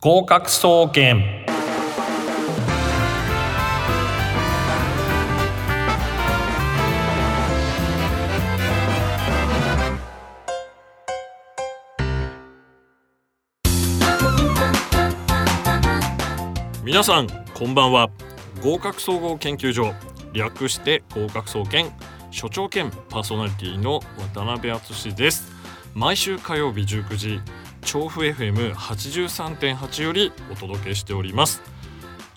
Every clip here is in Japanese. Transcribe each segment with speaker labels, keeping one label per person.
Speaker 1: 合格総研皆さんこんばんは合格総合研究所略して合格総研所長兼パーソナリティの渡辺敦です毎週火曜日19時調布 FM83.8 よりお届けしております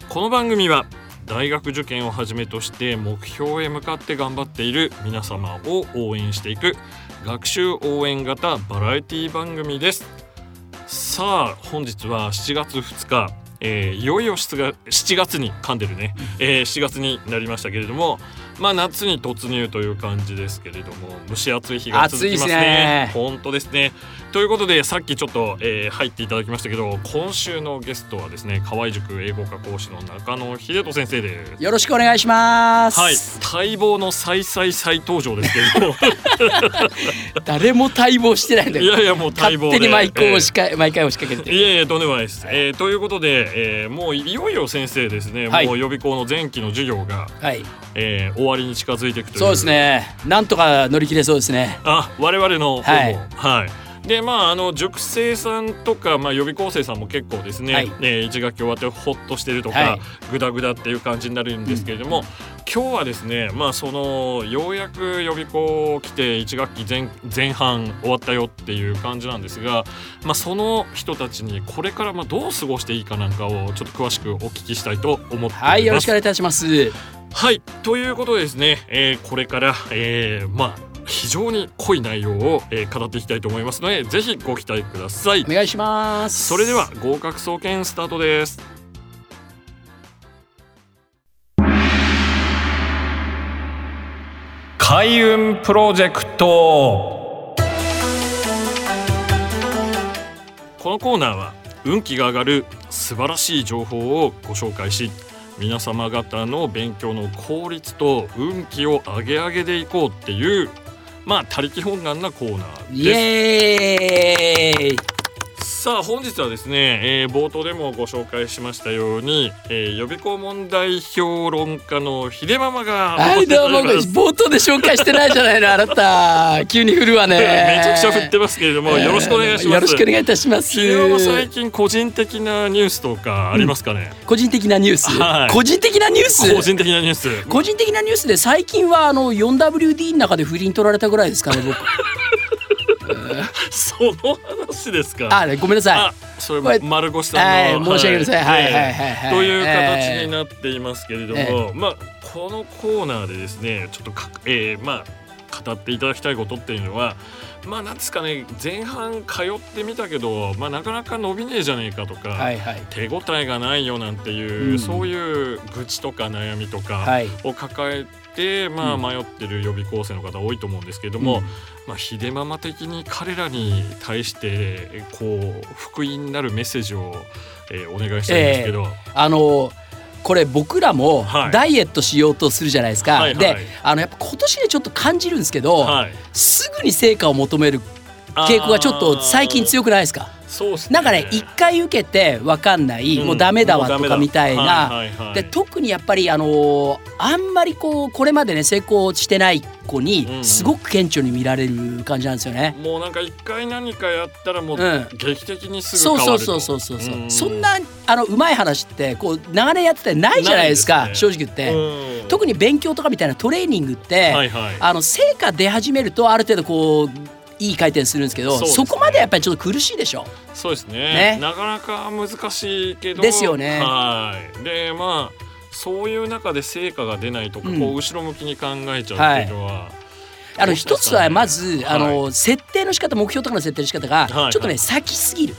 Speaker 1: この番組は大学受験をはじめとして目標へ向かって頑張っている皆様を応援していく学習応援型バラエティ番組ですさあ本日は7月2日えーいよいよ7月7月に噛んでるね、えー7月になりましたけれどもまあ夏に突入という感じですけれども蒸し暑い日が続きます
Speaker 2: 暑いですね
Speaker 1: 本当ですねということでさっきちょっと、えー入っていただきましたけど今週のゲストはですね河合塾英語科講師の中野秀人先生です
Speaker 2: よろしくお願いします。
Speaker 1: はい、待望の再再再登場ですけ れど
Speaker 2: 誰も待望してないんだ
Speaker 1: い
Speaker 2: よ。
Speaker 1: やいやもう待
Speaker 2: 勝
Speaker 1: 望で
Speaker 2: 手に毎回押しか、毎回押しかけ
Speaker 1: え
Speaker 2: て
Speaker 1: えいやいやとんでもないです、えーということで、えーもういよいよ先生ですね、
Speaker 2: はい
Speaker 1: もう予備校の前期の授業が、
Speaker 2: はい。
Speaker 1: えー終わりに近づいていくという
Speaker 2: そうですね。なんとか乗り切れそうですね。
Speaker 1: あ我々の方もは、
Speaker 2: はいい
Speaker 1: でまああの塾生さんとか、まあ、予備校生さんも結構ですね、
Speaker 2: はい
Speaker 1: えー一学期終わってほっとしてると
Speaker 2: は
Speaker 1: か
Speaker 2: い
Speaker 1: グダグダっていう感じになるんですけれども、今日はですねまあそのようやく予備校来て一学期前前半終わったよっていう感じなんですが、まあ、その人たちにこれからまあどう過ごしていいかなんかをちょっと詳しくお聞きしたいと思っております。
Speaker 2: はい、よろしくお願いいたします。
Speaker 1: はいということでですね、えーこれから、えーまあ非常に濃い内容を、えー語っていきたいと思いますのでぜひご期待ください
Speaker 2: お願いします。
Speaker 1: それでは合格総研スタートです開運プロジェクトこのコーナーは運気が上がる素晴らしい情報をご紹介し皆様方の勉強の効率と運気を上げ上げでいこうっていうまあ他力本願なコーナー
Speaker 2: イ
Speaker 1: です。
Speaker 2: エーイ。
Speaker 1: さあ本日はですね、えー冒頭でもご紹介しましたように、えー予備校問題評論家の秀ママが
Speaker 2: はい、どう
Speaker 1: お越
Speaker 2: も、
Speaker 1: しいただいております
Speaker 2: 冒頭で紹介してないじゃないの、あ なた。急に振るわね。
Speaker 1: めちゃくちゃ振って
Speaker 2: ま
Speaker 1: ますけれども、よろしくお願いします。
Speaker 2: よろしくお願いいたします。
Speaker 1: 秀ママ最近個人的なニュースとかありますかね、
Speaker 2: 個人的なニュース。
Speaker 1: はい
Speaker 2: 個人的なニュース。
Speaker 1: 個人的なニュー ス
Speaker 2: 個人的なニュースで最近はあの 4WD の中で不倫取られたぐらいですかね 僕
Speaker 1: その話ですか
Speaker 2: あごめんなさ
Speaker 1: あ
Speaker 2: い
Speaker 1: それ
Speaker 2: これ
Speaker 1: 丸越
Speaker 2: は
Speaker 1: さん
Speaker 2: い
Speaker 1: の、
Speaker 2: 申し訳ございませんはいはいはいはい
Speaker 1: という
Speaker 2: え
Speaker 1: 形
Speaker 2: え
Speaker 1: になっていますけれども、
Speaker 2: え
Speaker 1: まあこのコーナーでですねちょっとか、えーまあ語っていただきたいことっていうのはまあなんですかね前半通ってみたけど、まあ、なかなか伸びねえじゃねえかとか、
Speaker 2: はいはい
Speaker 1: 手応えがないよなんていう、
Speaker 2: うん
Speaker 1: そういう愚痴とか悩みとか
Speaker 2: はい
Speaker 1: を抱えて、まあ、
Speaker 2: うん
Speaker 1: 迷ってる予備校生の方多いと思うんですけれども、まあ、秀ママ的に彼らに対してこう福音になるメッセージを、えーお願いしたいんですけど、
Speaker 2: あのこれ僕らも
Speaker 1: はい
Speaker 2: ダイエットしようとするじゃないですか、
Speaker 1: はいはい
Speaker 2: であのやっぱ今年でちょっと感じるんですけど、
Speaker 1: はい、
Speaker 2: すぐに成果を求める傾向がちょっと最近強くないですか
Speaker 1: くそうっす
Speaker 2: なんかね一回受けてわかんない、もうダメだわとかみたいな、
Speaker 1: はいはいはい
Speaker 2: で特にやっぱりあのーあんまりこうこれまでね成功してない子
Speaker 1: うんうん
Speaker 2: にすごく顕著に見られる感じなんですよね。
Speaker 1: もうなんか一回何かやったらもう
Speaker 2: うん
Speaker 1: 劇的にすぐ
Speaker 2: そう
Speaker 1: 変
Speaker 2: そ
Speaker 1: わ
Speaker 2: う
Speaker 1: る
Speaker 2: そ
Speaker 1: と
Speaker 2: うそうそうそう
Speaker 1: う
Speaker 2: そんなあのうまい話ってこう長年やっててないじゃないですか
Speaker 1: ないです
Speaker 2: 正
Speaker 1: ね
Speaker 2: 直言って、
Speaker 1: うん
Speaker 2: 特に勉強とかみたいなトレーニングって、
Speaker 1: はいはい
Speaker 2: あの成果出始めるとある程度こういい回転するんですけど
Speaker 1: そう
Speaker 2: そ
Speaker 1: ですね
Speaker 2: こまでやっぱりちょっと苦しいでしょ。
Speaker 1: そうですね
Speaker 2: ね
Speaker 1: なかなか難しいけど
Speaker 2: ですよね
Speaker 1: はいでまあそういう中で成果が出ないとか、
Speaker 2: うん
Speaker 1: こう後ろ向きに考えちゃうっていうのは、
Speaker 2: あの
Speaker 1: そうで
Speaker 2: 一
Speaker 1: す
Speaker 2: つ
Speaker 1: ね
Speaker 2: はまず、
Speaker 1: はい
Speaker 2: あの設定の仕方目標とかの設定の仕方がちょ
Speaker 1: はい
Speaker 2: っとね、先すぎる。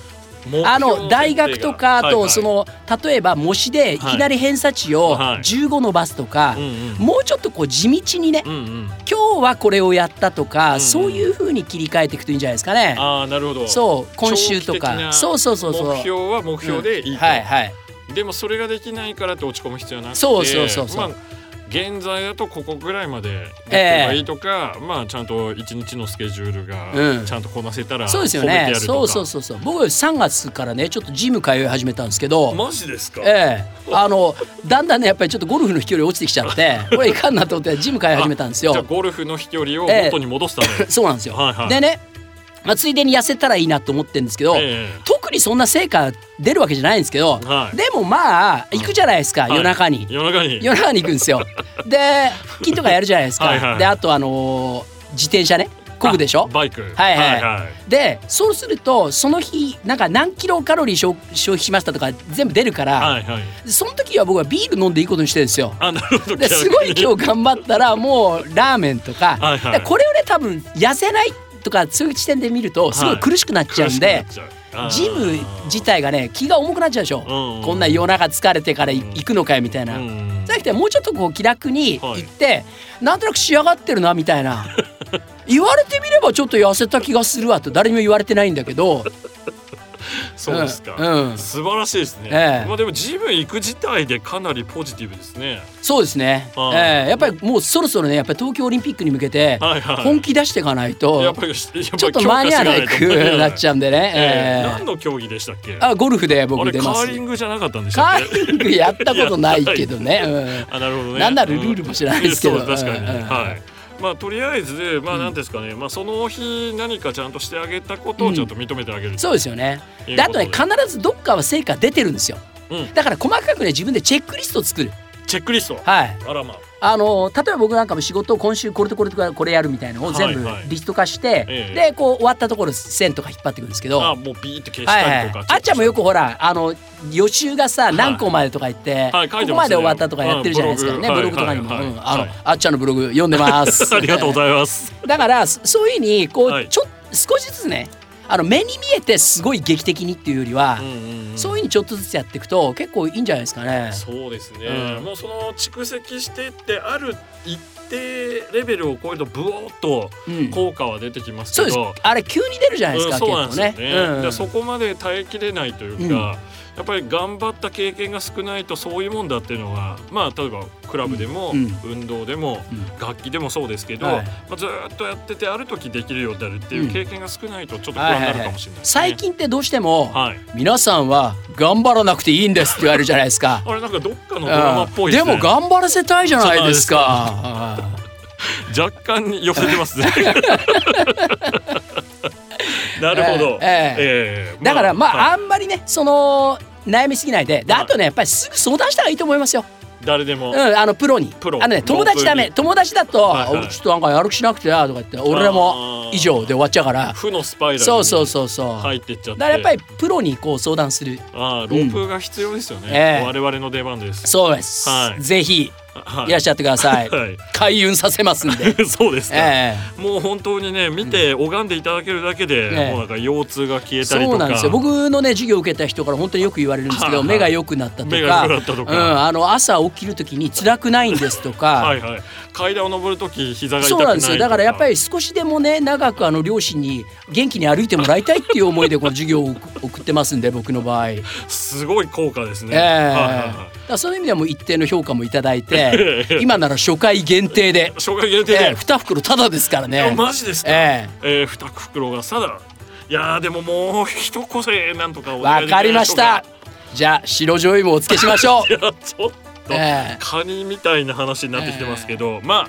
Speaker 1: 目標設定が
Speaker 2: あの大学とかあとそ、の例えば模試でいきなり偏差値を
Speaker 1: はい
Speaker 2: 15伸ばすとか
Speaker 1: はいはいうんうん
Speaker 2: もうちょっとこう地道にね
Speaker 1: うんうん、
Speaker 2: 今日はこれをやったと
Speaker 1: うんう
Speaker 2: か
Speaker 1: ん
Speaker 2: そういう風に切り替えていくといいんじゃないですかね。
Speaker 1: ああなるほど
Speaker 2: そう今週
Speaker 1: 長
Speaker 2: と
Speaker 1: 期的な
Speaker 2: かそうそうそうそう。
Speaker 1: 目標は目標でいいと、
Speaker 2: はいはい。
Speaker 1: でもそれができないからって落ち込む必要はなくて
Speaker 2: そうそうそうそう
Speaker 1: まあ現在だとここぐらいまでやってばいいとか、まあちゃんと一日のスケジュール
Speaker 2: う
Speaker 1: が
Speaker 2: ん
Speaker 1: ちゃんとこなせたら
Speaker 2: そうですよ
Speaker 1: 褒めて
Speaker 2: ね
Speaker 1: や。るとか
Speaker 2: そうそうそうそう。僕は3月からねちょっとジム通い始めたんですけど。
Speaker 1: マジですか、
Speaker 2: ええあのだんだんねやっぱりちょっとゴルフの飛距離落ちてきちゃってこれいかんなと思ってジム通い始めたんです
Speaker 1: じゃあ
Speaker 2: よ。
Speaker 1: ゴルフの飛距離を元に戻すため、
Speaker 2: そうなんですよ。
Speaker 1: はいはい
Speaker 2: でね、まあ、ついでに痩せたらいいなと思ってるんですけど、
Speaker 1: え
Speaker 2: 特にそんな成果出るわけじゃないんですけど、
Speaker 1: はい
Speaker 2: でもまあ行くじゃないですか、
Speaker 1: え
Speaker 2: 夜中
Speaker 1: は。
Speaker 2: に
Speaker 1: い夜中に
Speaker 2: 夜中に行くんですよ。で腹筋とかやるじゃないですか。
Speaker 1: はいはい
Speaker 2: であとあのー自転車ね漕ぐでしょ
Speaker 1: あ。バイク
Speaker 2: はいはい
Speaker 1: はい
Speaker 2: でそうするとその日なんか何キロカロリー消消費しましたとか全部出るから、
Speaker 1: はいはい
Speaker 2: その時は僕はビール飲んでいいことにしてるんですよ。
Speaker 1: あなるほど
Speaker 2: で
Speaker 1: 逆に
Speaker 2: すごい今日頑張っ たらもうラーメンとか
Speaker 1: はいはい
Speaker 2: でこれをね多分痩せないとかそういう視点で見るとすごい苦しくなっちゃうんで
Speaker 1: 苦。しくなっちゃう
Speaker 2: ジム自体がね気が重くなっちゃうでしょ、
Speaker 1: うん
Speaker 2: こんな夜中疲れてから行くのかよみたい
Speaker 1: あ
Speaker 2: な、
Speaker 1: ーうん
Speaker 2: じゃなくてもうちょっとこう気楽に行って、なんとなく仕上がってるなみた いな言われてみればちょっと痩せた気がするわと誰にも言われてないんだけど
Speaker 1: そうですか、
Speaker 2: うんうん
Speaker 1: 素晴らしいですね、
Speaker 2: ええ
Speaker 1: まあでもジム行く自体でかなりポジティブですね
Speaker 2: そうですね、え
Speaker 1: あー
Speaker 2: えやっぱりもうそろそろねやっぱり東京オリンピックに向けて
Speaker 1: はいはい
Speaker 2: 本気出していかないと、
Speaker 1: やっぱりやっぱり
Speaker 2: ちょっと間に合わな
Speaker 1: 強化しい
Speaker 2: くなっちゃうんでね、
Speaker 1: ええ
Speaker 2: え
Speaker 1: 何の競技でしたっけ
Speaker 2: えあゴルフで
Speaker 1: あ
Speaker 2: 僕
Speaker 1: れ
Speaker 2: 出
Speaker 1: カ
Speaker 2: ます
Speaker 1: ーリングじゃなかったんでした
Speaker 2: カ
Speaker 1: っけ
Speaker 2: ーリングやったことないけど ね、うん
Speaker 1: あなるほどね。
Speaker 2: なんならルールも知らないですけ
Speaker 1: う
Speaker 2: ど
Speaker 1: んそう確かに、ね
Speaker 2: うん
Speaker 1: はい。まあとりあえずまあなんですかね、まあその日何かちゃんとしてあげたことをちゃんと認めてあげる、
Speaker 2: そうですよね。
Speaker 1: いう
Speaker 2: であ
Speaker 1: ことで
Speaker 2: ね必ずどっかは成果出てるんですよ。
Speaker 1: うん
Speaker 2: だから細かくね自分でチェックリストを作る。
Speaker 1: チェックリスト。
Speaker 2: はい。
Speaker 1: あらまあ。
Speaker 2: あの例えば僕なんかも仕事を今週これとこれとこれこれやるみたいなのを全部
Speaker 1: はいはい
Speaker 2: リスト化して、
Speaker 1: ええ
Speaker 2: でこう終わったところ線とか引っ張ってくるんですけど。
Speaker 1: あもうビーって消し
Speaker 2: はいは
Speaker 1: たり
Speaker 2: い
Speaker 1: とか。、
Speaker 2: あっちゃんもよくほらあの予習がさ
Speaker 1: い
Speaker 2: 何個までとか言って,、
Speaker 1: はい書いてますね
Speaker 2: ここまで終わったとかやってるじゃないですかね、
Speaker 1: うんブ
Speaker 2: ブ
Speaker 1: ロ
Speaker 2: ロ
Speaker 1: グ
Speaker 2: グとかにも、
Speaker 1: はいはいはい
Speaker 2: うんあの
Speaker 1: はい
Speaker 2: あっちゃんのブログ読んでます
Speaker 1: ありがとうござい ます。
Speaker 2: だからそそういうふうにこう、
Speaker 1: はい
Speaker 2: ちょ少しずつねあの目に見えてすごい劇的にっていうよりは、
Speaker 1: うんうん
Speaker 2: そういうふうにちょっとずつやっていくと結構いいんじゃないですかね。
Speaker 1: そうですね、
Speaker 2: うん
Speaker 1: もうその蓄積してってある一定レベルを超えるとブオーっと
Speaker 2: うん、
Speaker 1: 効果は出てきます
Speaker 2: そう
Speaker 1: け
Speaker 2: です
Speaker 1: ど、
Speaker 2: あれ急に出るじゃないですか、
Speaker 1: そうなんですよ
Speaker 2: 結構
Speaker 1: ね。
Speaker 2: ね。
Speaker 1: だ
Speaker 2: う
Speaker 1: か
Speaker 2: ん
Speaker 1: らそこまで耐えきれないというか、
Speaker 2: うん
Speaker 1: やっぱり頑張った経験が少ないとそういうもんだっていうのは、まあ例えばクラブでも、
Speaker 2: うん
Speaker 1: 運動でも、
Speaker 2: うん
Speaker 1: 楽器でもそうですけど、
Speaker 2: はい
Speaker 1: まあずーっとやっててある時できるようになるっていううん経験が少ないとちょっと不安になるかもしれないですね。
Speaker 2: 最近ってどうしても、
Speaker 1: はい。
Speaker 2: 皆さんは頑張らなくていいんですって言われるじゃないですか。
Speaker 1: あれなんかどっかのド
Speaker 2: う
Speaker 1: ラマっぽ
Speaker 2: ん
Speaker 1: いで
Speaker 2: です
Speaker 1: ね。
Speaker 2: も頑張らせたいじゃないですか。うん
Speaker 1: 若干に寄せて ますね。なるほど。
Speaker 2: ええ
Speaker 1: ええ
Speaker 2: だからまあ、
Speaker 1: はい
Speaker 2: あんまりねその悩みすぎないでで
Speaker 1: はい
Speaker 2: あとねやっぱりすぐ相談した方がいいと思いますよ。
Speaker 1: 誰でも、
Speaker 2: うん、あのプロに
Speaker 1: プロ
Speaker 2: あの、ね、友達ダメ友達だと、
Speaker 1: はいはい
Speaker 2: あちょっとなんかやる気しなくてなとか言って俺らも
Speaker 1: あー
Speaker 2: 以上で終わっちゃうから
Speaker 1: 負のスパイラルに
Speaker 2: そうそうそうそう、
Speaker 1: 入ってっちゃって。
Speaker 2: だからやっぱりプロにこう相談する
Speaker 1: ああロープが必要ですよね、
Speaker 2: うんええ
Speaker 1: 我々の出番です
Speaker 2: そうです、
Speaker 1: はい
Speaker 2: ぜひ
Speaker 1: はい
Speaker 2: らっしゃってください、
Speaker 1: はい
Speaker 2: 開運させますん で
Speaker 1: そうですか、
Speaker 2: ええ
Speaker 1: もう本当にね見て拝んでいただけるだけで、
Speaker 2: ええ
Speaker 1: もうなんか腰痛が消えたりとか
Speaker 2: そうなんですよ僕のね授業受けた人から本当によく言われるんですけど、
Speaker 1: はいはい
Speaker 2: 目が良くなったとか
Speaker 1: 目が良くなったとか
Speaker 2: うん、あの朝起きる時に辛くないんですとか、
Speaker 1: はいはい階段を登るとき膝が痛く
Speaker 2: そ
Speaker 1: な
Speaker 2: う
Speaker 1: い
Speaker 2: なんですよだからやっぱ
Speaker 1: り
Speaker 2: り少しでもね長くあの両親に元気に歩いてもらいたいっていう思いでこの授業を送送ってますんで僕の 場合、え
Speaker 1: すごい効果ですね、
Speaker 2: え
Speaker 1: はいはい
Speaker 2: だ
Speaker 1: は
Speaker 2: からそういう意味ではもう一定の評価もいただ いて今なら初回限定で
Speaker 1: い、、障害限定
Speaker 2: ええ
Speaker 1: で、
Speaker 2: 2袋タダですから
Speaker 1: いや
Speaker 2: ね。
Speaker 1: マジですか、
Speaker 2: ええ
Speaker 1: ええ二袋がさだいやーでももう一個せなんとかお願い
Speaker 2: わ
Speaker 1: できな
Speaker 2: か
Speaker 1: い
Speaker 2: り
Speaker 1: で
Speaker 2: ま
Speaker 1: しょ
Speaker 2: し
Speaker 1: うか
Speaker 2: た。じゃあ白醤油もお付けしましょう。
Speaker 1: いやちょっと、
Speaker 2: ええ
Speaker 1: カニみたいな話になってきてますけど、まあ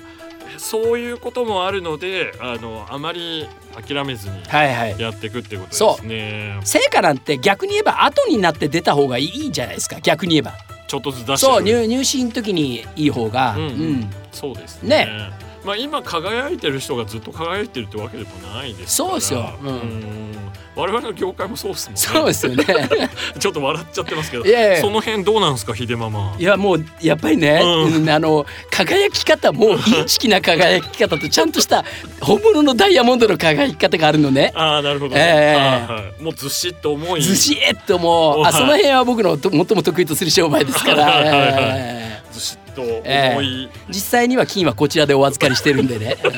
Speaker 1: そういうこともあるのであのあまり諦めずに
Speaker 2: はいはい。
Speaker 1: やっていくってことで
Speaker 2: そ
Speaker 1: す
Speaker 2: う
Speaker 1: ね、
Speaker 2: 成果なんて逆に言えば後になって出た方がいいんじゃないですか逆に言えば
Speaker 1: ちょっとずつ出して
Speaker 2: そう
Speaker 1: いく
Speaker 2: 入入試の時にいい方が、
Speaker 1: うん
Speaker 2: うん、
Speaker 1: そうですね
Speaker 2: ね
Speaker 1: まあ、今輝いてる人がずっと輝いてるってわけでもないですから
Speaker 2: そうですようん
Speaker 1: ん我々の業界もそうですもんね
Speaker 2: そうですよね
Speaker 1: ちょっと笑っちゃってますけど
Speaker 2: いやいや
Speaker 1: その辺どうなんですか秀ママ
Speaker 2: いやもうやっぱりね、
Speaker 1: う
Speaker 2: うんあの輝き方もインチキな輝き方とちゃんとした本物のダイヤモンドの輝き方があるのね
Speaker 1: ああなるほど、
Speaker 2: ええ
Speaker 1: はいはいもうずしっと重い
Speaker 2: ずしっともう
Speaker 1: はい
Speaker 2: あその辺は僕のと最も得意とする商売ですから、
Speaker 1: はいはいはい
Speaker 2: えー
Speaker 1: ずしっと重い、
Speaker 2: 実際には金はこちらでお預かりしてるんでね、うん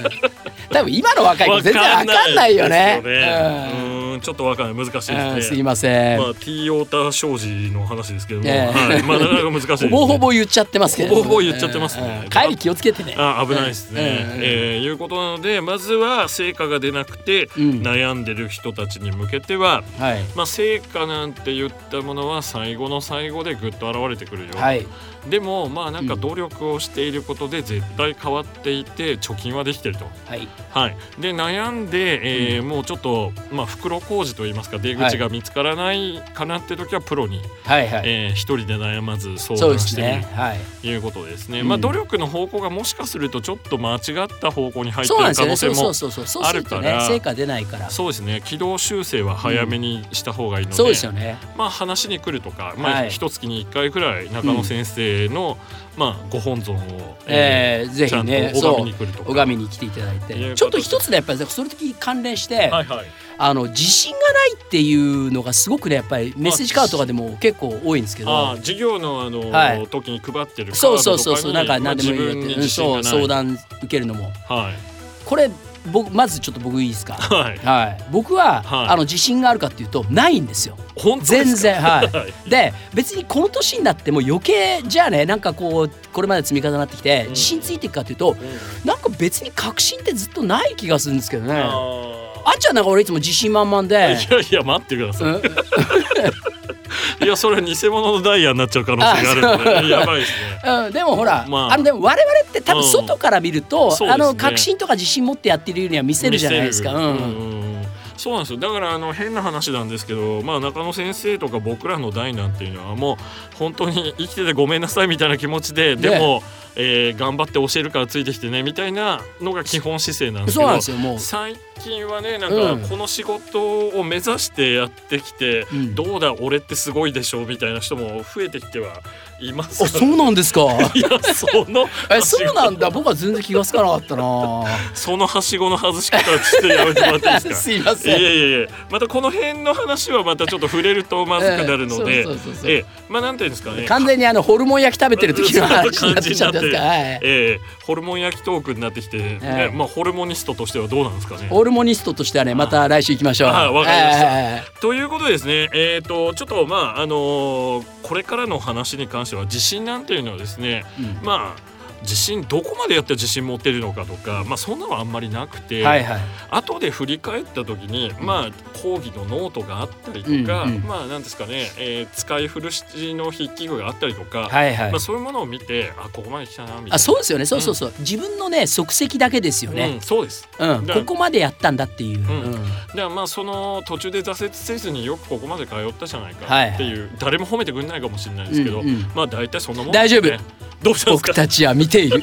Speaker 2: 多分今の若い子全然わかんないよね。
Speaker 1: ですよねうんちょっとわかんない難しい
Speaker 2: うんうん
Speaker 1: ですすね。
Speaker 2: いません。
Speaker 1: まあ T オータ商事の話ですけども、
Speaker 2: ええ
Speaker 1: はい、まあなかなか難しいですね。
Speaker 2: ほぼほぼ言っちゃってますけど。
Speaker 1: ほぼほぼ言っちゃってますね
Speaker 2: うん帰り気をつけてね。
Speaker 1: あ危ないですね。
Speaker 2: うんうん
Speaker 1: えーいうことなのでまずは成果が出なくて
Speaker 2: うん
Speaker 1: 悩んでる人たちに向けては、
Speaker 2: はい。
Speaker 1: まあ、成果なんて言ったものは最後の最後でぐっと現れてくるよ、
Speaker 2: はい。
Speaker 1: でもまあなんか
Speaker 2: うん
Speaker 1: 努力をしていることで絶対変わっていて貯金はできてると。
Speaker 2: はい。
Speaker 1: はい、で悩んで、えーもうちょっと、まあ、袋工事といいますか出口が見つからないかなって時はプロに、
Speaker 2: はいはい。
Speaker 1: えー一人で悩まず相
Speaker 2: そうで
Speaker 1: 談し
Speaker 2: す
Speaker 1: てみる
Speaker 2: ね。はい。
Speaker 1: ということですね。
Speaker 2: うん
Speaker 1: まあ、努力の方向がもしかするとちょっと間違った方向に入って
Speaker 2: そうなん
Speaker 1: る
Speaker 2: で
Speaker 1: 可
Speaker 2: す
Speaker 1: 能性
Speaker 2: よね。そうそ
Speaker 1: も
Speaker 2: うそうそう。そうすると
Speaker 1: あるか
Speaker 2: ね
Speaker 1: ら
Speaker 2: 成果出ないから。
Speaker 1: そうですね軌道修正は早めにした方がいいので,、
Speaker 2: そうですよね。
Speaker 1: まあ、話に来るとか、ま
Speaker 2: は
Speaker 1: あ、
Speaker 2: い
Speaker 1: 一月に1回くらい中野先生の、まあ、ご本尊を、え
Speaker 2: えー
Speaker 1: ー
Speaker 2: ぜ
Speaker 1: ちゃ
Speaker 2: ひ
Speaker 1: んと
Speaker 2: ね、
Speaker 1: 拝み
Speaker 2: そ
Speaker 1: に来ると
Speaker 2: う、
Speaker 1: か。
Speaker 2: 拝みに来ていただい
Speaker 1: いうこと
Speaker 2: て、
Speaker 1: で
Speaker 2: ちょっと一つね、やっぱりその時関連し
Speaker 1: は
Speaker 2: て、
Speaker 1: いはい、
Speaker 2: あの自信がないっていうのがすごくね、やっぱりメッセージカードとかでも結構多いんですけど、
Speaker 1: ああ授業のあの、
Speaker 2: はい
Speaker 1: 時に配ってるカードとかに
Speaker 2: そうそうそうそうなんか
Speaker 1: まあ
Speaker 2: 何でもいいよ
Speaker 1: 自分
Speaker 2: っ
Speaker 1: に
Speaker 2: て、う
Speaker 1: 自
Speaker 2: ん
Speaker 1: 信がな
Speaker 2: そう
Speaker 1: い
Speaker 2: 相談受けるのも
Speaker 1: はい
Speaker 2: これ僕まずちょっと僕いいです か
Speaker 1: はい
Speaker 2: はい僕は、
Speaker 1: はい
Speaker 2: あの自信があるかっていうとないんですよ
Speaker 1: 本当ですか
Speaker 2: 全然はい
Speaker 1: はい
Speaker 2: で別にこの年になっても余計じゃあねなんかこうこれまで積み重なってきて
Speaker 1: ん
Speaker 2: 自信ついていくかっていうと、なんか別に確信ってずっとない気がするんですけどね
Speaker 1: あ
Speaker 2: あ
Speaker 1: あ
Speaker 2: っちゃんなんか俺いつも自信満々
Speaker 1: い
Speaker 2: で、
Speaker 1: やいや待ってください、
Speaker 2: うん、
Speaker 1: いやそれは偽物のダイヤになっちゃう可能性があるのでやばいですね
Speaker 2: うん、でもほら、
Speaker 1: まあ
Speaker 2: あ、のでも我々って多分
Speaker 1: うん
Speaker 2: 外から見ると、
Speaker 1: そうですね
Speaker 2: あの確信とか自信持ってやってるようには見せるじゃないですか。
Speaker 1: 見せる
Speaker 2: うん
Speaker 1: うんそうなんですよだからあの変な話なんですけど、まあ、中野先生とか僕らの代なんていうのはもう本当に生きててごめんなさいみたいな気持ちで、
Speaker 2: ね
Speaker 1: でも、えー頑張って教えるからついてきてねみたいなのが基本姿勢なんです
Speaker 2: そ
Speaker 1: け
Speaker 2: うなん
Speaker 1: ど
Speaker 2: ですよもう、
Speaker 1: 最近はねなん
Speaker 2: うん
Speaker 1: かこの仕事を目指してやってきて、
Speaker 2: うん
Speaker 1: どうだ俺ってすごいでしょみたいな人も増えてきてはいます
Speaker 2: あ
Speaker 1: が
Speaker 2: そうなんですか
Speaker 1: いやその
Speaker 2: えそうなんだ僕は全然気がつかなかったな
Speaker 1: そのはしごの外し方はちょっとやめてもらっていいですか
Speaker 2: すいま
Speaker 1: いや
Speaker 2: せ
Speaker 1: い
Speaker 2: ん
Speaker 1: やいやまたこの辺の話はまたちょっと触れるとまずくなるの
Speaker 2: ええ
Speaker 1: で
Speaker 2: そうそうそうそう
Speaker 1: ええまあなんていうんですかね
Speaker 2: 完全にあのホルモン焼き食べてる時の話になってきちゃってますから、はい、
Speaker 1: ええホルモン焼きトークになってきて、ね
Speaker 2: ええ
Speaker 1: まあ、ホルモニストとしてはどうなんですかね。
Speaker 2: ホルモニストとしてはねまた来週行きましょう。
Speaker 1: あわかりました
Speaker 2: え
Speaker 1: ということでですね、えー、とちょっとまああのーこれからの話に関しては地震なんていうのはですね
Speaker 2: えうん
Speaker 1: まあ地震どこまでやって地震持ってるのかとか、まあ、そんなのはあんまりなくて、
Speaker 2: はいはい
Speaker 1: 後で振り返った時に、まあ、講義のノートがあったりとか、
Speaker 2: うんうん
Speaker 1: まあなんですかね、えー使い古しの筆記具があったりとか、
Speaker 2: はいはい
Speaker 1: まあ、そういうものを見てあここまで来たなみたいな
Speaker 2: あそうですよねそうそうそう、自分のね足跡だけですよ
Speaker 1: う
Speaker 2: ね、
Speaker 1: ん、そうです
Speaker 2: うん
Speaker 1: だ
Speaker 2: ここまでやったんだっていう、
Speaker 1: ん
Speaker 2: うん
Speaker 1: でまあその途中で挫折せずによくここまで通ったじゃない
Speaker 2: はい
Speaker 1: かっていう、誰も褒めてくれないかもしれないですけど、
Speaker 2: うんうん
Speaker 1: まあ大体そんなもん
Speaker 2: 大丈夫
Speaker 1: どうしたんです
Speaker 2: 僕
Speaker 1: か
Speaker 2: たちは見て いる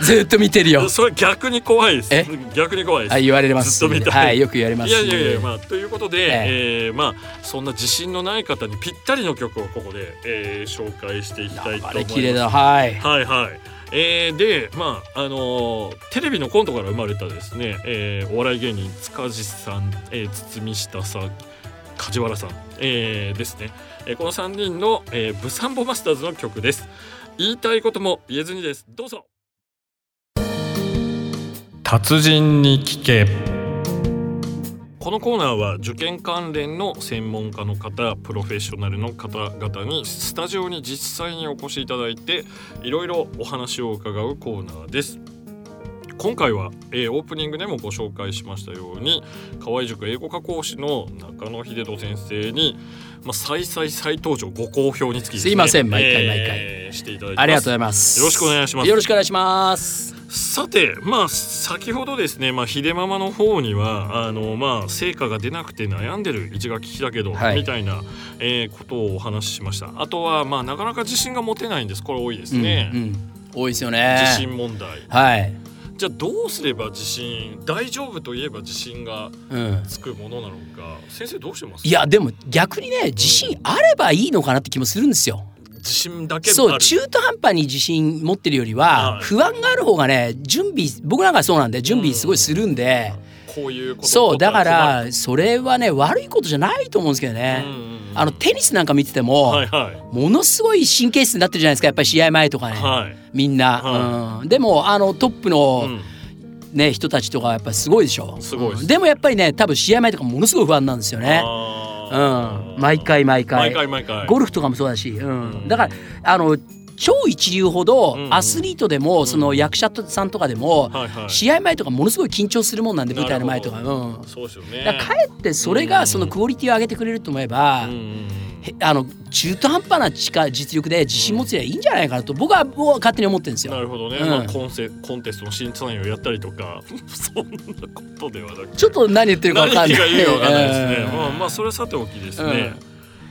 Speaker 2: ずっと見てるよ
Speaker 1: それ逆に怖いです
Speaker 2: え
Speaker 1: 逆に怖いです、
Speaker 2: はい言われますんで
Speaker 1: ずっと見たい
Speaker 2: はいよく言われます
Speaker 1: いやいやいやまあということで、
Speaker 2: え
Speaker 1: えーまあそんな自信のない方にぴったりの曲をここで、えー紹介していきたいと
Speaker 2: あ
Speaker 1: 思い
Speaker 2: れ
Speaker 1: ます。
Speaker 2: 綺麗だはい
Speaker 1: はいはい。えーでまああのーテレビのコントから生まれたですね、えーお笑い芸人塚地さん、えー、堤下さん梶原さん、えーですね、えーこの3人の、えーブサンボマスターズの曲です言いたいことも言えずにですどうぞ達人に聞けこのコーナーは受験関連の専門家の方プロフェッショナルの方々にスタジオに実際にお越しいただいていろいろお話を伺うコーナーです今回は、えーオープニングでもご紹介しましたように河合塾英語科講師の中野秀人先生に、まあ、再々再登場ご好評につきでね
Speaker 2: すいません毎回毎回
Speaker 1: えーしていただいて
Speaker 2: ありがとうござ
Speaker 1: ま
Speaker 2: います
Speaker 1: よろしくお願いします
Speaker 2: よろしくお願いします
Speaker 1: すさてまあ先ほどですね、まあ、秀ママの方にはあの、まあ、成果が出なくて悩んでる一学期だけど、
Speaker 2: はい
Speaker 1: みたいな、えーことをお話ししましたあとは、まあ、なかなか自信が持てないんですこれ多いですね、
Speaker 2: うんうん、多いですよね
Speaker 1: 自信問題
Speaker 2: はい
Speaker 1: じゃあどうすれば自信大丈夫といえば自信が
Speaker 2: うん
Speaker 1: つくものなのか先生どうしてます
Speaker 2: いやでも逆にね自信あればいいのかなって気もするんですよ
Speaker 1: 自信だけある
Speaker 2: そう中途半端に自信持ってるよりは
Speaker 1: はい
Speaker 2: 不安がある方がね準備僕なんかそうなんで準備すごいするんで
Speaker 1: こういうこと
Speaker 2: そうだからそれはね悪いことじゃないと思うんですけど
Speaker 1: うん
Speaker 2: ね
Speaker 1: うんうん
Speaker 2: あのテニスなんか見てても、
Speaker 1: はいはい
Speaker 2: ものすごい神経質になってるじゃないですかやっぱり試合前とかね、
Speaker 1: はい、
Speaker 2: みんな、
Speaker 1: は
Speaker 2: うん、でもあのトップの
Speaker 1: うん
Speaker 2: ね人たちとかやっぱりすごいでしょ
Speaker 1: すごいです
Speaker 2: うんでもやっぱりね多分試合前とかものすごい不安なんですよねう
Speaker 1: あ
Speaker 2: ん
Speaker 1: ー
Speaker 2: 毎回毎回
Speaker 1: 毎回毎回
Speaker 2: ゴルフとかもそうだし、うん
Speaker 1: うん
Speaker 2: だからあの超一流ほど
Speaker 1: うんうん
Speaker 2: アスリートでも、その役者さんとかでも、
Speaker 1: はいはい
Speaker 2: 試合前とかものすごい緊張するもんなんで
Speaker 1: なる
Speaker 2: 舞
Speaker 1: ほど
Speaker 2: 台の前とか,、うん、
Speaker 1: そうですよね
Speaker 2: だからかえってそれがそのクオリティを上げてくれると思え
Speaker 1: う
Speaker 2: ば、
Speaker 1: んうんうん
Speaker 2: へあの中途半端な力実力で自信持つにはいいんじゃないかなと僕は僕は勝手に思ってるんです
Speaker 1: な
Speaker 2: よ。
Speaker 1: るほどね、
Speaker 2: うん
Speaker 1: まあ、コンセコンテストの審査員をやったりとかそんなことではなく
Speaker 2: ちょっと何言ってるか分かんな
Speaker 1: 何
Speaker 2: い。
Speaker 1: が言うか分かんないですね、
Speaker 2: うん
Speaker 1: まあまあそれはさておきですね、
Speaker 2: うん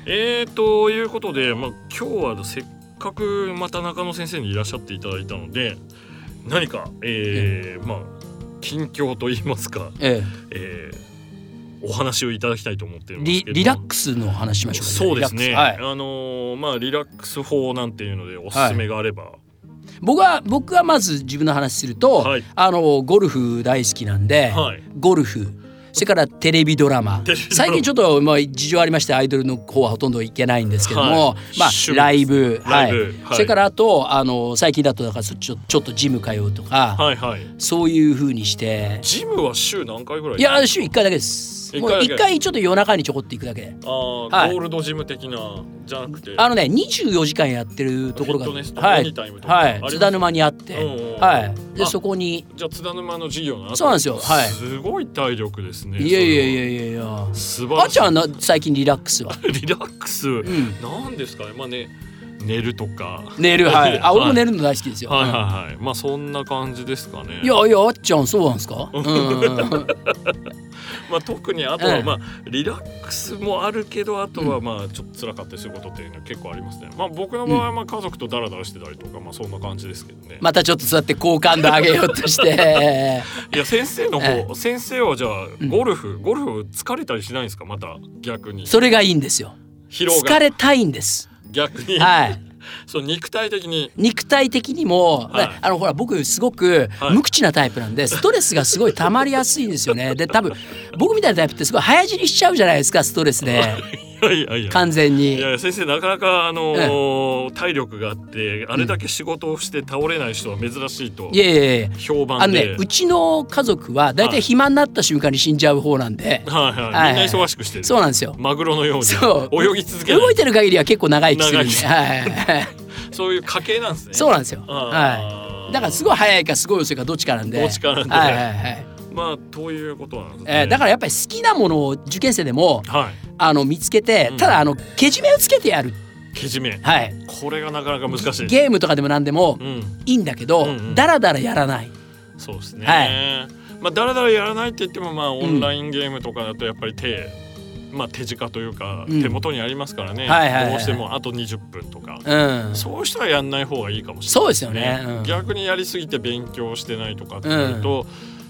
Speaker 1: えーということで、まあ、今日はせっかくまた中野先生にいらっしゃっていただいたので何かえーまあ近況と言いますか、
Speaker 2: え
Speaker 1: えーお話をいただきたいと思ってい
Speaker 2: え
Speaker 1: ます
Speaker 2: リ
Speaker 1: けど
Speaker 2: リラックスの話しましょうか
Speaker 1: そうですね、
Speaker 2: リラックスはい
Speaker 1: あのーまあリラックス法なんていうのでおすすめがあれば、
Speaker 2: 僕は僕はまず自分の話すると、
Speaker 1: はい
Speaker 2: あのゴルフ大好きなんで、
Speaker 1: はい
Speaker 2: ゴルフそれからテレビドラマ
Speaker 1: テレビドラマ
Speaker 2: 最近ちょっとまあ事情ありましてアイドルの方はほとんど行けないんですけども、
Speaker 1: はい
Speaker 2: まあ
Speaker 1: 趣味
Speaker 2: ライブ
Speaker 1: ライブ
Speaker 2: はい
Speaker 1: はい
Speaker 2: それからあとあの最近だとだからちょちょっとジム通うとか、
Speaker 1: はいはい
Speaker 2: そういう風にして
Speaker 1: ジムは週何回ぐらい
Speaker 2: いや週1回だけです
Speaker 1: 一
Speaker 2: も
Speaker 1: 回だ
Speaker 2: う
Speaker 1: け
Speaker 2: 1回ちょっと夜中にちょこっと行くだけ
Speaker 1: あー、
Speaker 2: はい
Speaker 1: ゴールドジム的なじゃなくて
Speaker 2: あのね24時間やってるところが
Speaker 1: フィットネスとか
Speaker 2: は
Speaker 1: エニ
Speaker 2: い
Speaker 1: タイムとかあ
Speaker 2: は
Speaker 1: り
Speaker 2: い
Speaker 1: ます
Speaker 2: 津田沼にあって
Speaker 1: うんうん
Speaker 2: はいで
Speaker 1: あ
Speaker 2: そこに
Speaker 1: じゃあ津田沼の授業の後
Speaker 2: そうなんですよはい
Speaker 1: すごい体力ですね
Speaker 2: いやいやい
Speaker 1: や
Speaker 2: やいやいや
Speaker 1: 素晴
Speaker 2: あ
Speaker 1: ら
Speaker 2: っ
Speaker 1: し
Speaker 2: ちゃんはな最近リラックスは、
Speaker 1: いリラックス、
Speaker 2: うん、
Speaker 1: なんですかねまあね寝るとか
Speaker 2: 寝るはいあ
Speaker 1: はい
Speaker 2: 俺も寝るの大好きですよ、
Speaker 1: はいはいはいまあそんな感じですかね
Speaker 2: いやいやあっちゃんそうなんで すか、うんうん、
Speaker 1: まあ特にあとは、
Speaker 2: うん
Speaker 1: まあリラックスもあるけどあとはまあちょっと辛かったりすることっていうのは結構ありますねまあ僕の場合はまあ家族とダラダラしてたりとかまあそんな感じですけどね、
Speaker 2: またちょっとそうやって好感度上げようとして
Speaker 1: いや先生の
Speaker 2: え
Speaker 1: 方先生はじゃあ
Speaker 2: ん
Speaker 1: ゴルフ、ゴルフ疲れたりしないんですかまた逆に
Speaker 2: それがいいんですよ
Speaker 1: 疲労
Speaker 2: 疲
Speaker 1: が
Speaker 2: れたいん です
Speaker 1: 逆に、
Speaker 2: はい
Speaker 1: その肉体的に
Speaker 2: 肉体的にも、
Speaker 1: はい
Speaker 2: あのほら僕すごく
Speaker 1: はい
Speaker 2: 無口なタイプなんで、ストレスがすごい溜まりやすいんですよねで多分僕みたいなタイプってすごい早尻しちゃうじゃないですかストレスで
Speaker 1: いやいやいや
Speaker 2: 完全
Speaker 1: いや
Speaker 2: に
Speaker 1: いや先生なかなかあのー体力があってあれだけ仕事をして倒れない人は珍しいと
Speaker 2: いやいやいや
Speaker 1: 評
Speaker 2: あ
Speaker 1: 判
Speaker 2: の
Speaker 1: で、
Speaker 2: ねうちの家族は大体暇になった瞬間に死んじゃう方なんで、
Speaker 1: はいはい、
Speaker 2: はい
Speaker 1: みんな忙しくしてる
Speaker 2: そうなんですよ
Speaker 1: マグロのよう
Speaker 2: そう
Speaker 1: に泳ぎ続ける
Speaker 2: 動いてる限りは結構長生きするんで、
Speaker 1: 長
Speaker 2: はい はい、
Speaker 1: そういう家系なんですね
Speaker 2: そうなんですよ。は。
Speaker 1: はい
Speaker 2: だからすごい早いかすごい遅いかどっちかなんで。
Speaker 1: どっちかなんで
Speaker 2: はいはいはい。
Speaker 1: まあということなんですね、
Speaker 2: えーだからやっぱり好きなものを受験生でも
Speaker 1: らはい
Speaker 2: あの見つけて
Speaker 1: うん、
Speaker 2: ただあのけじめをつけてやる。
Speaker 1: けじめ
Speaker 2: はい。
Speaker 1: これがなかなか難しい
Speaker 2: ゲームとかでも何でも
Speaker 1: うん
Speaker 2: いいんだけど
Speaker 1: うんう、ん
Speaker 2: だらだらやらない。
Speaker 1: そうですね。
Speaker 2: は
Speaker 1: まあだらだらやらないって言ってもまあオンラインゲームとかだとやっぱり手、まあ手近というか、
Speaker 2: うん
Speaker 1: 手元にありますからね。
Speaker 2: はいはいはい
Speaker 1: どうしてもあと20分とか。
Speaker 2: うん。
Speaker 1: そういう人はやんない方がいいかもしれない、
Speaker 2: そうですよねうん
Speaker 1: 逆にやりすぎて勉強してないとかってなると、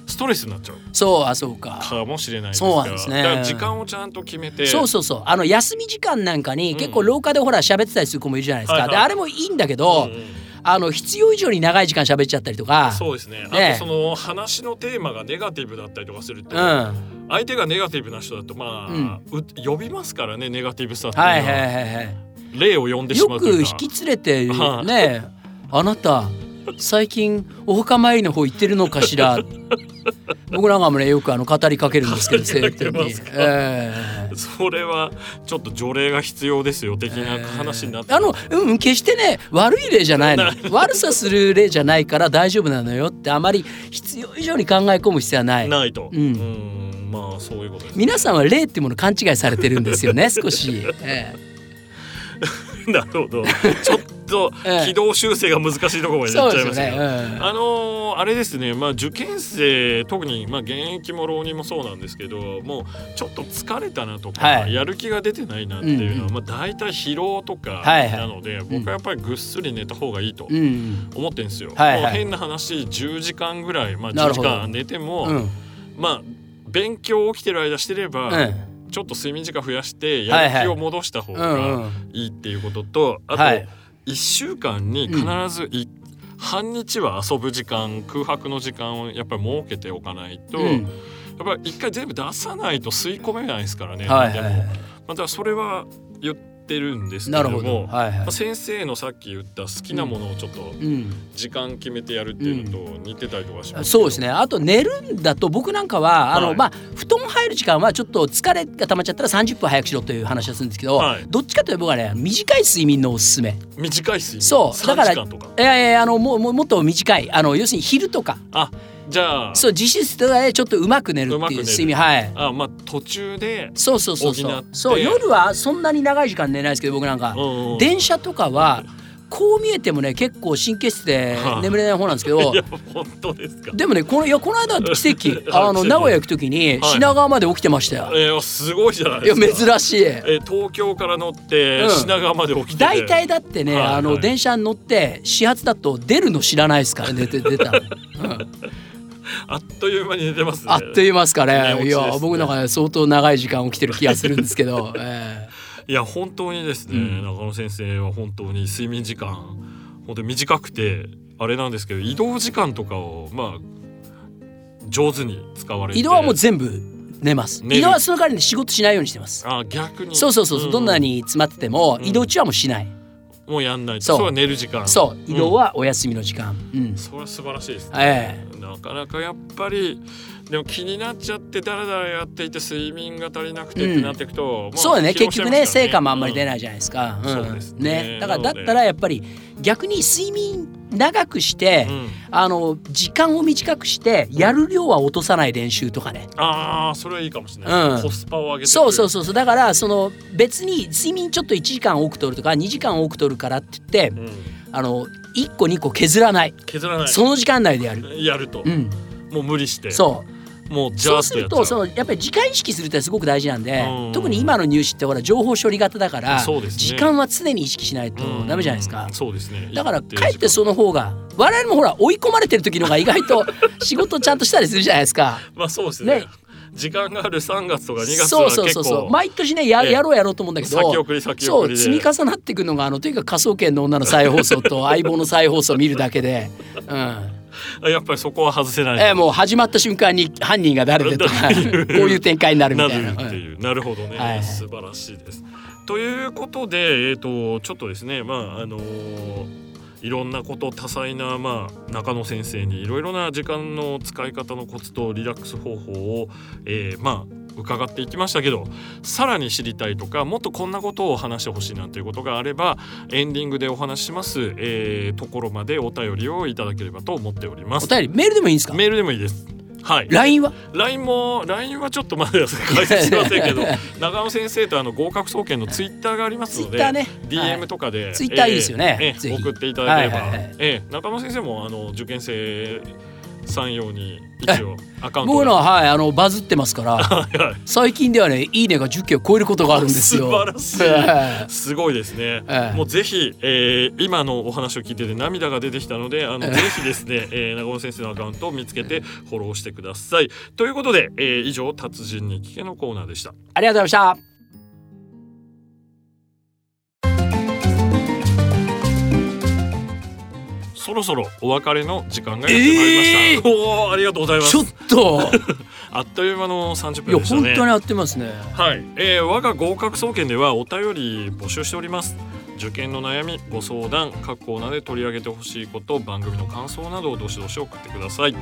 Speaker 1: ストレスになっちゃう
Speaker 2: そうあそうか。
Speaker 1: かもしれないです
Speaker 2: そうなんですね
Speaker 1: だから時間をちゃんと決めて
Speaker 2: そうそうそうあの休み時間なんか
Speaker 1: う
Speaker 2: に
Speaker 1: ん
Speaker 2: 結構廊下でほら喋ってたりする子もいるじゃないです
Speaker 1: はい
Speaker 2: か、
Speaker 1: はい
Speaker 2: であれもいいんだけど、
Speaker 1: うんうん
Speaker 2: あの必要以上に長い時間喋っちゃったりとか
Speaker 1: そうですね
Speaker 2: ね
Speaker 1: あとその話のテーマがネガティブだったりとかすると、
Speaker 2: うん
Speaker 1: 相手がネガティブな人だとまあ、う呼びますからねネガティブさっていうのは、
Speaker 2: はいはいはいはい
Speaker 1: 例を呼んでし
Speaker 2: よ
Speaker 1: まうと
Speaker 2: く
Speaker 1: いう
Speaker 2: 引
Speaker 1: か
Speaker 2: き連れて
Speaker 1: はい
Speaker 2: ねあなた最近お墓参りの方行ってるのかし ら僕なんかもねよくあの語りかけるんですけど
Speaker 1: 語り
Speaker 2: 生
Speaker 1: かけ
Speaker 2: 徒
Speaker 1: ま
Speaker 2: に
Speaker 1: すか、
Speaker 2: ええ
Speaker 1: それはちょっと除霊が必要ですよ的な話になって、
Speaker 2: あのうんうん決してね悪い例じゃな いの悪さする例じゃないから大丈夫なのよってあまり必要以上に考え込む必要はない
Speaker 1: ないと、
Speaker 2: うん
Speaker 1: ーんまあそういうことです、
Speaker 2: 皆さんは霊ってもの勘違いされてるんですよね少し、え
Speaker 1: なるほどちょっと
Speaker 2: ええ
Speaker 1: 軌道修正が難しいところま
Speaker 2: え
Speaker 1: で
Speaker 2: そ
Speaker 1: やっ
Speaker 2: う
Speaker 1: ち
Speaker 2: で
Speaker 1: ゃ
Speaker 2: す
Speaker 1: いました
Speaker 2: よ
Speaker 1: けど、
Speaker 2: ね、
Speaker 1: あのーあれですね、まあ、受験生特に、まあ、現役も浪人もそうなんですけどもうちょっと疲れたなとか、
Speaker 2: はい
Speaker 1: やる気が出てないなっていうのは、
Speaker 2: うん
Speaker 1: まあ、大体疲労とか
Speaker 2: はいはい
Speaker 1: なので、僕はやっぱりぐっすり寝た方がいいと
Speaker 2: うんうん
Speaker 1: 思ってんですよ。
Speaker 2: はいはい
Speaker 1: もう変な話10時間ぐらい、まあ、
Speaker 2: な
Speaker 1: 10
Speaker 2: る
Speaker 1: 時
Speaker 2: ほど
Speaker 1: 間寝ても、
Speaker 2: うん
Speaker 1: まあ勉強を起きてる間してれば、
Speaker 2: うん
Speaker 1: ちょっと睡眠時間増やして
Speaker 2: はい
Speaker 1: や
Speaker 2: はい
Speaker 1: る気を戻した方
Speaker 2: うんう
Speaker 1: が
Speaker 2: ん
Speaker 1: いいっていうことと、
Speaker 2: は
Speaker 1: あと
Speaker 2: い
Speaker 1: 1週間に必ずい、半日は遊ぶ時間空白の時間をやっぱり設けておかないと、
Speaker 2: うん
Speaker 1: やっぱり一回全部出さないと吸い込めないですからね。
Speaker 2: はい
Speaker 1: で
Speaker 2: は
Speaker 1: も
Speaker 2: いはい
Speaker 1: まあだからそれは言ってってるんですけ
Speaker 2: な
Speaker 1: れ
Speaker 2: る
Speaker 1: ど
Speaker 2: ほど
Speaker 1: も、
Speaker 2: はい
Speaker 1: ま
Speaker 2: は
Speaker 1: あ先生のさっき言った好きなものをちょっと
Speaker 2: いうん
Speaker 1: 時間決めてやるっていうのと似てたりとかしますけど
Speaker 2: そうですねあと寝るんだと僕なんかはあの、
Speaker 1: はい
Speaker 2: まあ布団入る時間はちょっと疲れが溜まっちゃったら30分早くしろという話はするんですけど、
Speaker 1: はい
Speaker 2: どっちかというと僕はね短い睡眠のおすすめ
Speaker 1: 短い睡眠
Speaker 2: そうだから
Speaker 1: 3時間とか
Speaker 2: いやいやいやあのもうもうもっと短いあの要するに昼とか
Speaker 1: あじゃあ
Speaker 2: そう実質でちょっとうまく寝る
Speaker 1: う
Speaker 2: っ
Speaker 1: ま
Speaker 2: て
Speaker 1: く
Speaker 2: い
Speaker 1: 寝
Speaker 2: う
Speaker 1: る
Speaker 2: 睡眠はい
Speaker 1: あまあ途中で
Speaker 2: そうそうそうそ
Speaker 1: 補っ
Speaker 2: う
Speaker 1: て
Speaker 2: そう夜はそんなに長い時間寝ないですけど僕なんか
Speaker 1: うんうん
Speaker 2: 電車とかはこう見えてもね結構神経質で
Speaker 1: はあ
Speaker 2: 眠れない方なんですけど
Speaker 1: いや本当ですか
Speaker 2: でもねこのいやこの間奇跡
Speaker 1: はい
Speaker 2: あ
Speaker 1: 奇
Speaker 2: の
Speaker 1: 跡
Speaker 2: 名古屋行く時に
Speaker 1: はい
Speaker 2: 品川まで起きてましたよ。
Speaker 1: えー、すごいじゃない
Speaker 2: い
Speaker 1: で
Speaker 2: や
Speaker 1: すか
Speaker 2: 珍しい。
Speaker 1: えー東京から乗って
Speaker 2: うん
Speaker 1: 品川まで起きてて
Speaker 2: 大体だってね、
Speaker 1: はいはい
Speaker 2: あの電車に乗って始発だと出るの知らないですからね出て出たの、 うん
Speaker 1: あっという間に寝てますね
Speaker 2: あっと言いますか
Speaker 1: 寝
Speaker 2: ね
Speaker 1: 落ち
Speaker 2: い
Speaker 1: ですね
Speaker 2: や僕なんかね相当長い時間起きてる気がするんです けど、え
Speaker 1: いや本当にですね、
Speaker 2: うん
Speaker 1: 中野先生は本当に睡眠時間本当に短くてあれなんですけど移動時間とかをまあ上手に使われ
Speaker 2: え
Speaker 1: て
Speaker 2: 移動はもう全部寝ます
Speaker 1: 寝る
Speaker 2: 移動はその代わりに仕事しないようにしてます
Speaker 1: あ逆に
Speaker 2: そうそうそうそう、
Speaker 1: ん
Speaker 2: どんなに詰まってても
Speaker 1: うん
Speaker 2: 移動中はもうしない、
Speaker 1: もうやんないそ
Speaker 2: そ
Speaker 1: うれは寝る時間
Speaker 2: そうん移動はお休みの時間、うん
Speaker 1: それは素晴らしいですね、
Speaker 2: え
Speaker 1: なかなかやっぱりでも気になっちゃってだらだらやっていて睡眠が足りなくて
Speaker 2: うん
Speaker 1: ってなっていくと、まあ
Speaker 2: そうだね
Speaker 1: 疲労
Speaker 2: 結
Speaker 1: しちゃいますか
Speaker 2: 局
Speaker 1: ら
Speaker 2: ね成果もあんまり出
Speaker 1: い、
Speaker 2: ないじゃないですか、
Speaker 1: うん
Speaker 2: ん
Speaker 1: そうですね
Speaker 2: だから
Speaker 1: な
Speaker 2: だ
Speaker 1: ので
Speaker 2: ったらやっぱり逆に睡眠長くして、
Speaker 1: うん
Speaker 2: あの時間を短くしてやる量は落とさない練習とかね、
Speaker 1: あーそれはいいかもしれない、
Speaker 2: うん
Speaker 1: コスパを上げて
Speaker 2: そうそう
Speaker 1: そ
Speaker 2: そうそうだからその別に睡眠ちょっと1時間多く取るとか2時間多く取るからって言って
Speaker 1: う、ん、
Speaker 2: あの1個2個削らない、
Speaker 1: 削らない
Speaker 2: その時間内でやる。
Speaker 1: やると、
Speaker 2: うん、
Speaker 1: もう無理して
Speaker 2: そう
Speaker 1: もうジャー
Speaker 2: そう
Speaker 1: ッ
Speaker 2: す
Speaker 1: とや
Speaker 2: る
Speaker 1: っ
Speaker 2: と
Speaker 1: ちゃ
Speaker 2: そのやっぱり時間意識するってすごく大事なんで
Speaker 1: うん
Speaker 2: 特に今の入試ってほら情報処理型だから、
Speaker 1: そうですね
Speaker 2: 時間は常に意識しないと
Speaker 1: うん
Speaker 2: ダメじゃないですか。
Speaker 1: そうですね
Speaker 2: だから
Speaker 1: 一定
Speaker 2: かえって
Speaker 1: 時
Speaker 2: その方が我々もほら追い込まれてる時の方が意外と仕事ちゃんとしたりするじゃないですか。
Speaker 1: 間まあそうですね
Speaker 2: ね
Speaker 1: 時間がある3月とか2月
Speaker 2: そ
Speaker 1: は
Speaker 2: うそう
Speaker 1: 結
Speaker 2: そう
Speaker 1: 構
Speaker 2: そう毎年ねや
Speaker 1: ええ
Speaker 2: やろうやろうと思うんだけど
Speaker 1: 先送り先
Speaker 2: そ
Speaker 1: 送
Speaker 2: う
Speaker 1: りで
Speaker 2: 積み重なっていくのがあのとにかく科捜研の女の再放送 と相棒の再放送見るだけで、うん
Speaker 1: あやっぱりそこは外せない、
Speaker 2: ええもう始まった瞬間に犯人が誰でとかこういう展開になるみ
Speaker 1: な
Speaker 2: たいな。
Speaker 1: るって
Speaker 2: うん
Speaker 1: いう、なるほどね、
Speaker 2: はい
Speaker 1: 素晴らしいです。ということで、えー、とちょっとですねまああのーいろんなこと多彩な、まあ、中野先生にいろいろな時間の使い方のコツとリラックス方法を、えーまあ伺っていきましたけどさらに知りたいとかもっとこんなことを話してほしいなんていうことがあればエンディングでお話しします、えーところまでお便りをいただければと思っておりま
Speaker 2: お
Speaker 1: す。
Speaker 2: 便りメールでもいいんですか
Speaker 1: メールでもいいです。はい、
Speaker 2: LINE は
Speaker 1: LINE も LINE はちょっとまだ解説しませんけど長尾先生とあの合格総研のツイッターがありますので
Speaker 2: Twitter ね
Speaker 1: DM とかで、
Speaker 2: い Twitter いいですよね
Speaker 1: ええ
Speaker 2: ぜひ
Speaker 1: 送っていただければ、
Speaker 2: はいはいはい
Speaker 1: ええ中野先生もあの受験生さん用に一応アカウント
Speaker 2: 僕の
Speaker 1: が
Speaker 2: は、はい、あのバズってますから
Speaker 1: はいはい
Speaker 2: 最近ではね「いいね」が10件を超えることがあるんですよ。
Speaker 1: 素晴らしい
Speaker 2: ええ
Speaker 1: すごいですね、
Speaker 2: ええ
Speaker 1: もうぜひ、えー今のお話を聞いてて涙が出てきたのであの、ぜひですね、えー、長尾先生のアカウントを見つけてフォローしてくださいということで、えー以上達人に聞けのコーナーでした
Speaker 2: ありがとうございました。
Speaker 1: そろそろお別れの時間がやってまいりました。おお、ありがとうございま
Speaker 2: ち
Speaker 1: す
Speaker 2: ょ。っと
Speaker 1: あっという間の30
Speaker 2: いや
Speaker 1: 分でした
Speaker 2: 本
Speaker 1: ね。
Speaker 2: 当に合ってますね。
Speaker 1: はい、えー、我が合格総研ではお便り募集しております。受験の悩み、ご相談、各コーナーで取り上げてほしいこと、番組の感想などをどしどし送ってください。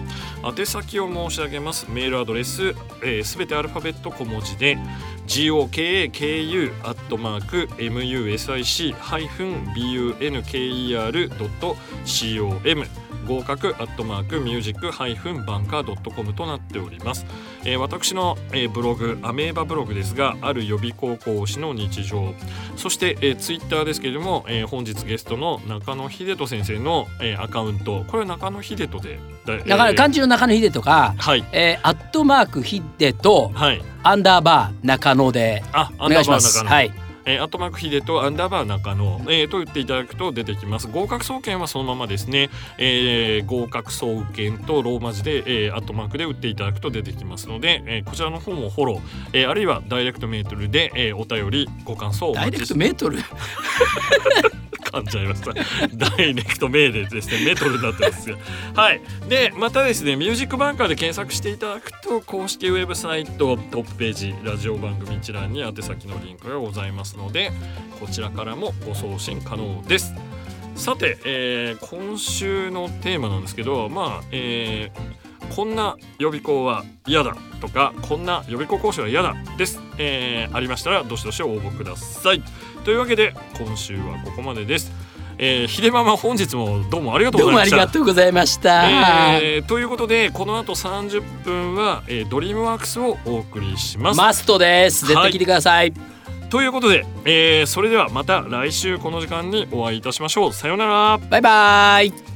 Speaker 1: 宛先を申し上げます。メールアドレス、す、えー、べ、てアルファベット小文字で、g o k a k u アットマーク m u s i c ハイフン b u n k e r ドット c o m 合格アットマークミュージックハイフンバンカードットコムとなっております。えー私の、えーブログアメーバブログですがある予備高校推しの日常そして、えー、ツイッターですけれども、えー本日ゲストの中野秀人先生の、えーアカウントこれは中野秀人でだえー
Speaker 2: だから漢字の中野秀とか、
Speaker 1: はい
Speaker 2: えー、アットマークヒデと
Speaker 1: はい
Speaker 2: アンダーバー中野で
Speaker 1: あア
Speaker 2: お
Speaker 1: ン
Speaker 2: 願
Speaker 1: ダ
Speaker 2: い
Speaker 1: ー
Speaker 2: し
Speaker 1: バ
Speaker 2: ま
Speaker 1: ー
Speaker 2: す。
Speaker 1: 中野、
Speaker 2: はい。
Speaker 1: えー、アットマークヒデとアンダーバー中野、えーと言っていただくと出てきます合格総研はそのままですね、えー合格総研とローマ字で、えー、アットマークで打っていただくと出てきますので、えーこちらの方もフォロー、えーあるい はダイレクトメートルで、えーお便りご感想をお
Speaker 2: ダイ
Speaker 1: 待
Speaker 2: レ
Speaker 1: ち
Speaker 2: ク
Speaker 1: して
Speaker 2: トメートル
Speaker 1: 噛んじゃいました ダイレクト命令ですねメトルになってますがはいでまたですねミュージックバンカーで検索していただくと公式ウェブサイトトップページラジオ番組一覧に宛先のリンクがございますのでこちらからもご送信可能ですさて、えー今週のテーマなんですけどまあえーこんな予備校は嫌だとかこんな予備校講師は嫌だです、えーありましたらどしどし応募くださいというわけで今週はここまでです、えー、ひでママ本日もどうもありがとう
Speaker 2: ど
Speaker 1: ござい
Speaker 2: うもあ
Speaker 1: ま
Speaker 2: り
Speaker 1: した
Speaker 2: がとうございました。
Speaker 1: えーということでこの後30分は、えードリームワークスをお送りします。
Speaker 2: マストです。絶対聞いてください。
Speaker 1: ということで、えーそれではまた来週この時間にお会いいたしましょう。さようなら。
Speaker 2: バイバイ。